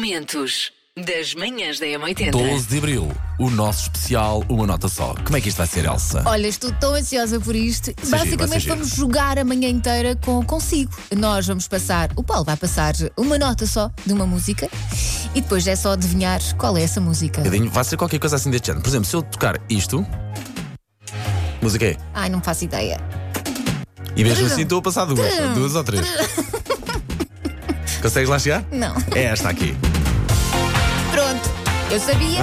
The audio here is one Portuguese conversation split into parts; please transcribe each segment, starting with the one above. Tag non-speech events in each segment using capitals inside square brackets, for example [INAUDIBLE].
Momentos das manhãs da M80. 12 de Abril, o nosso especial Uma Nota Só. Como é que isto vai ser, Elsa? Olha, estou tão ansiosa por isto. giro, vai Basicamente ser vamos jogar a manhã inteira com consigo. Nós vamos passar, o Paulo vai passar uma nota só de uma música e depois é só adivinhar qual é essa música. Cadinho, vai ser qualquer coisa assim deste género. Por exemplo, se eu tocar isto. Música é. Ai, não faço ideia. E mesmo assim estou a passar duas, duas ou três. [LAUGHS] Consegues lá chegar? Não. É esta aqui. Pronto, [LAUGHS] eu sabia.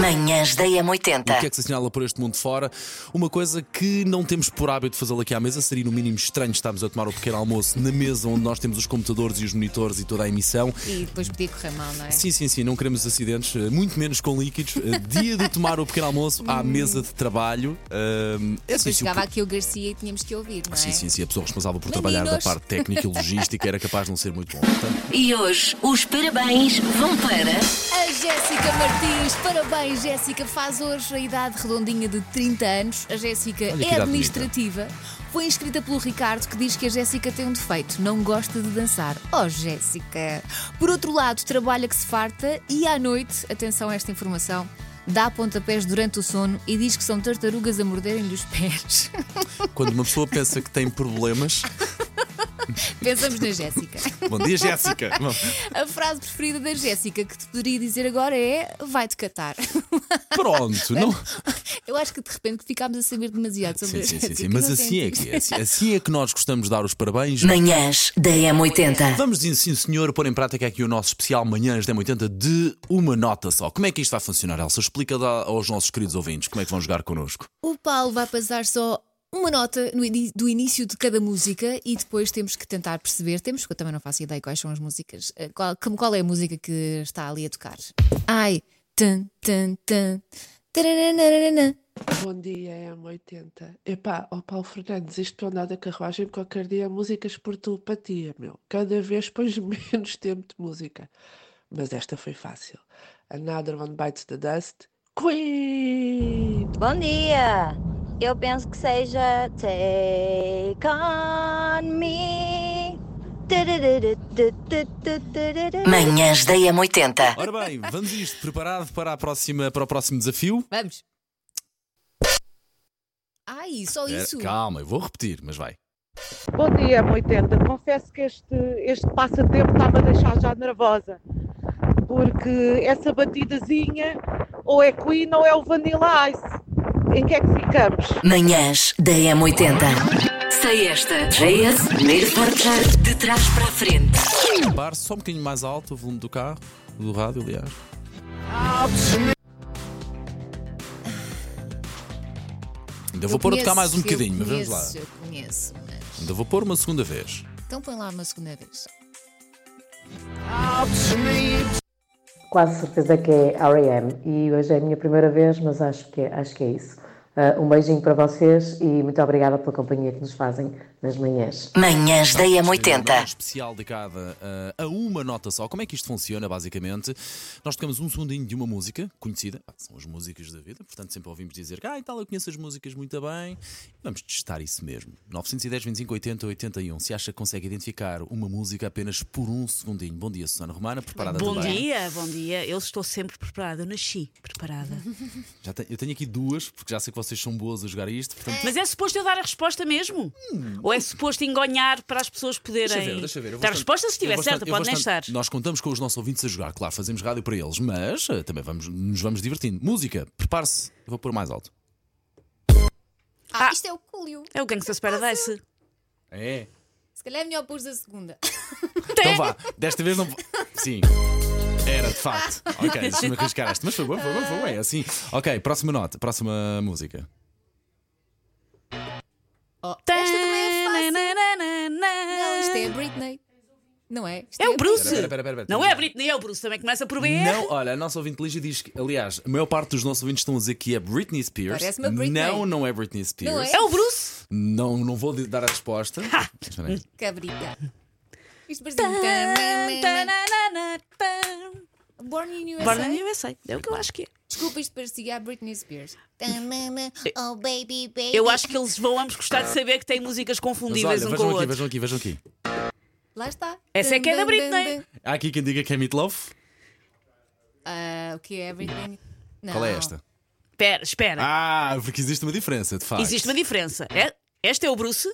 Manhãs da O que é M80. que se assinala por este mundo fora? Uma coisa que não temos por hábito de fazê-la aqui à mesa, seria no mínimo estranho estarmos a tomar o pequeno almoço na mesa onde nós temos os computadores e os monitores e toda a emissão. E depois podia correr mal, não é? Sim, sim, sim, não queremos acidentes, eh, muito menos com líquidos. Eh, Dia de tomar o pequeno almoço à mesa de trabalho. Ahm, é assim, Hum. Depois se o chegava aqui o Garcia e tínhamos que ouvir, não é? Sim, sim, sim. A pessoa responsável por trabalhar da Meninos. parte técnica e logística era capaz de não ser muito bom. Portanto, E hoje os parabéns vão para. A Jéssica Martins, parabéns, Jéssica. Faz hoje a idade redondinha de 30 anos. A Jéssica Olha que é idade administrativa. Foi inscrita pelo Ricardo, que diz que a Jéssica tem um defeito: não gosta de dançar. Oh, Jéssica! Por outro lado, trabalha que se farta e à noite, atenção a esta informação. Dá pontapés durante o sono e diz que são tartarugas a morderem-lhe os pés. [LAUGHS] quando uma pessoa pensa que tem problemas. Pensamos na Jéssica. Bom dia, Jéssica. Bom, A frase preferida da Jéssica que te poderia dizer agora é: vai-te catar. Pronto, não. Eu acho que de repente ficámos a saber demasiado sobre tipo Sim, sim, a sim, sim. Jéssica, Mas não assim é sentes? que é. Assim- Assim é que nós gostamos de dar os parabéns. Manhãs da M80. Vamos dizer sim, senhor, pôr em prática aqui o nosso especial Manhãs da 80 de uma nota só. Como é que isto vai funcionar, Elsa? Explica lá aos nossos queridos ouvintes como é que vão jogar connosco. O Paulo vai passar só uma nota no ini- do início de cada música e depois temos que tentar perceber. Temos, que eu também não faço ideia quais são as músicas. eh, Qual, como- qual é a música que está ali a tocar? Ai, tan, tan, tan. tarararararana. Bom dia, M80. Epá, ó Paulo Fernandes, isto para andar da carruagem, qualquer dia músicas por telepatia, meu. Cada vez pões [LAUGHS] menos tempo de música. Mas esta foi fácil. Another One Bites the Dust, Queen! Bom dia! Eu penso que seja Take on Me. Manhãs da M80. Ora bem, vamos a isto. Preparado para, a próxima, para o próximo desafio? Vamos. Ai, só Espera, isso. Eh, Calma, eu vou repetir, mas vai. Bom dia, M80. Confesso que este, este passatempo está-me a deixar já nervosa. Porque essa batidazinha ou é Queen ou é o Vanilla Ice. Em que é que ficamos? Manhãs da M80. Sei esta. JS, primeiro portar de trás para a frente. Par só um bocadinho mais alto o volume do carro, do rádio, aliás. Ainda vou pôr a tocar mais um Conheço, eu bocadinho, mas vamos conheço, lá. Eu conheço, mas. Ainda vou pôr uma segunda vez. Então põe lá uma segunda vez. Quase certeza que é R.E.M. e hoje é a minha primeira vez, mas acho que é, acho que é isso. Ah, um beijinho para vocês e muito obrigada pela companhia que nos fazem nas manhãs. Manhãs da Uma M80. é especial dedicada ah, a uma nota só. Como é que isto funciona, basicamente? Nós tocamos um segundinho de uma música conhecida, pá, são as músicas da vida, portanto sempre ouvimos dizer que, ah, e tal, eu conheço as músicas muito bem. Vamos testar isso mesmo. 910, 25, 80, 81. Se acha que consegue identificar uma música apenas por um segundinho. Bom dia, Susana Romana, preparada Bom também? dia, bom dia. Eu estou sempre preparada, eu nasci preparada. Já te- eu tenho aqui duas, porque já sei que vocês são boas a jogar isto, portanto. Mas é suposto eu dar a resposta mesmo? Ou é suposto engonhar para as pessoas poderem Hum. Deixa ver, deixa ver. eu vou dar a estando- resposta se eu estiver vou certa, estando- eu vou pode nem estar. estando- Nós contamos com os nossos ouvintes a jogar, claro, fazemos rádio para eles, mas eh, também vamos, nos vamos divertindo. Música, prepare-se, eu vou pôr mais alto. Ah, Ah. isto é o Cúlio. É o Gangsta's Paradise. É. Se calhar é melhor pôr da segunda. Então vá, desta vez não. vou- Sim. Era, de facto. Ok, deixa-me arriscar esta. Mas foi bom, foi bom, foi bom. É assim. Ok, próxima nota, próxima música. Oh, esta também é fácil. Não, isto é a Britney. Não é? Isto É a o Bruce. Espera, espera, espera, espera. Não é a Britney, é o Bruce. Também começa por B. Não, olha, a nossa ouvinte Lígia diz que, aliás, a maior parte dos nossos ouvintes estão a dizer que é Britney Spears. Parece-me a Britney. Não, não é Britney Spears. Não é? É o Bruce. Ah. Não, não vou dar a resposta. Espera aí. Cabrita. Isto um parece Tananana, tan. Born in USA. Born in USA. É o que eu acho que é. Desculpa, isto parecia a Britney Spears. Oh baby, baby. Eu acho que eles vão ambos gostar de saber que têm músicas Mas olha, confundíveis um com vejam o aqui, outro. vejam aqui, vejam aqui. Lá está. Essa é que é da Dun, dun, dun, Britney. dun. Há aqui quem diga que é Meatloaf. ah, o que é everything? Não. Qual é esta? Espera, espera. Ah, porque existe uma diferença, de facto. Existe uma diferença. É- Este é o Bruce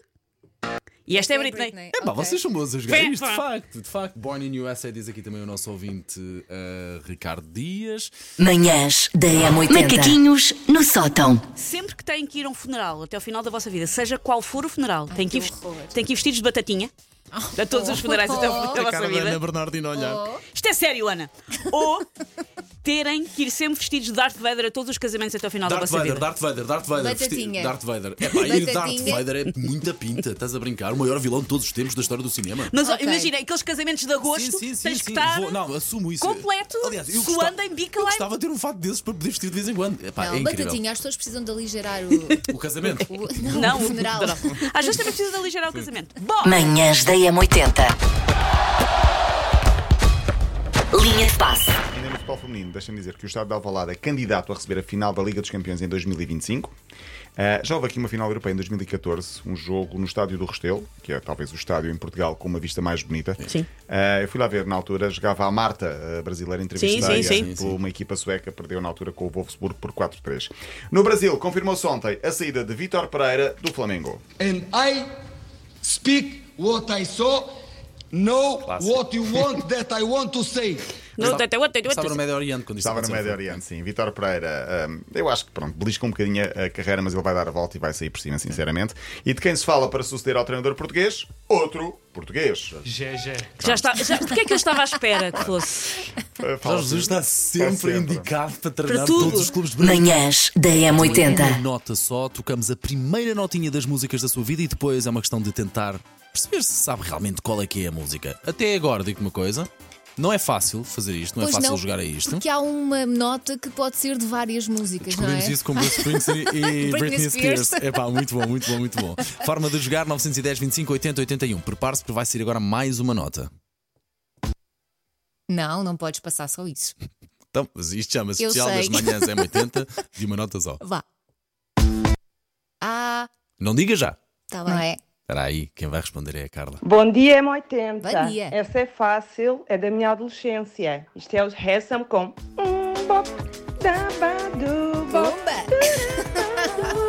e esta é a Britney. É pá, ok. vocês são bons a jogar Pá, isto, de pá. facto, de facto. Born in USA diz aqui também o nosso ouvinte eh, Ricardo Dias. Manhãs da M80. Macaquinhos no sótão. Sempre que têm que ir a um funeral até ao final da vossa vida, seja qual for o funeral, têm que, ir, que horror. têm que ir vestidos de batatinha. A todos os funerais até ao final da vossa vida. Bernardino olhar. Isto é sério, Ana. Ou terem que ir sempre vestidos de Darth Vader a todos os casamentos até ao final da Darth vossa Vader, vida. Darth Vader, Darth Vader, Batatinha. vesti- Darth Vader. É pá, e Darth Batatinha. Vader é muita pinta, estás a brincar? O maior vilão de todos os tempos da história do cinema. Mas ó, Ok. imagina, aqueles casamentos de agosto, tens que estar Vou- não, assumo isso. completo, eu suando gostava- em bica Eu lá em- gostava de ter um fato desses para poder vestir de vez em quando. É pá, Não, é incrível. batatinha, as pessoas precisam de aligerar o. [LAUGHS] O casamento. o- não, Não, [LAUGHS] o funeral. Às vezes também precisa de aligerar o casamento. Bom, Manhãs da M80. Linha de passe. Ainda no futebol feminino, deixem-me dizer que o Estado de Alvalade é candidato a receber a final da Liga dos Campeões em 2025. Ah, já houve aqui uma final europeia em 2014, um jogo no estádio do Restelo, que é talvez o estádio em Portugal com uma vista mais bonita. Sim. Ah, eu fui lá ver na altura, jogava a Marta, a brasileira entrevistada Sim, sim, sim. por uma equipa sueca, perdeu na altura com o Wolfsburg por 4-3. No Brasil, confirmou-se ontem a saída de Vitor Pereira do Flamengo. and I speak what I saw, know what you want that I want to say. não, até- até- até- Estava no Médio Oriente quando isto Estava no aconteceu. Médio Oriente, sim. Vitor Pereira, hum, eu acho que pronto, belisca um bocadinho a a carreira, mas ele vai dar a volta e vai sair por cima, sinceramente. E de quem se fala para suceder ao treinador português? Outro português. já está. Já, porque é que eu estava à espera que fosse? Uh, fala- Jorge Jesus está sempre, sempre. indicado para treinar tudo. todos os clubes de Brasil. Manhãs da Uma M80. nota só, tocamos a primeira notinha das músicas da sua vida e depois é uma questão de tentar perceber se sabe realmente qual é que é a música. Até agora, digo uma coisa, não é fácil fazer isto, não é Pois fácil não, jogar a isto. Porque há uma nota que pode ser de várias músicas, não Descobrimos é? isso com Bruce Springsteen [LAUGHS] e Britney Britney Spears. Spears. É pá, muito bom, muito bom, muito bom. Forma de jogar 910, 25, 80, 81. Prepare-se porque vai sair agora mais uma nota. Não, não podes passar só isso. Então, mas isto chama-se Eu especial das sei. manhãs M80 de uma nota só. Vá. Ah, Não diga já. está bem. Não é? Espera aí, quem vai responder é a Carla. Bom dia, M80. Bom dia. Essa é fácil, é da minha adolescência. Isto é os Handsome com um bop, dabadu, bop.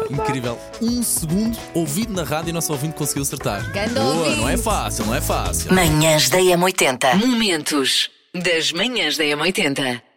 Bomba! Incrível. Um segundo ouvido na rádio e nosso ouvinte conseguiu acertar. Ganda Boa, ouvinte. não é fácil, não é fácil. Manhãs da M80. Momentos das manhãs da M80.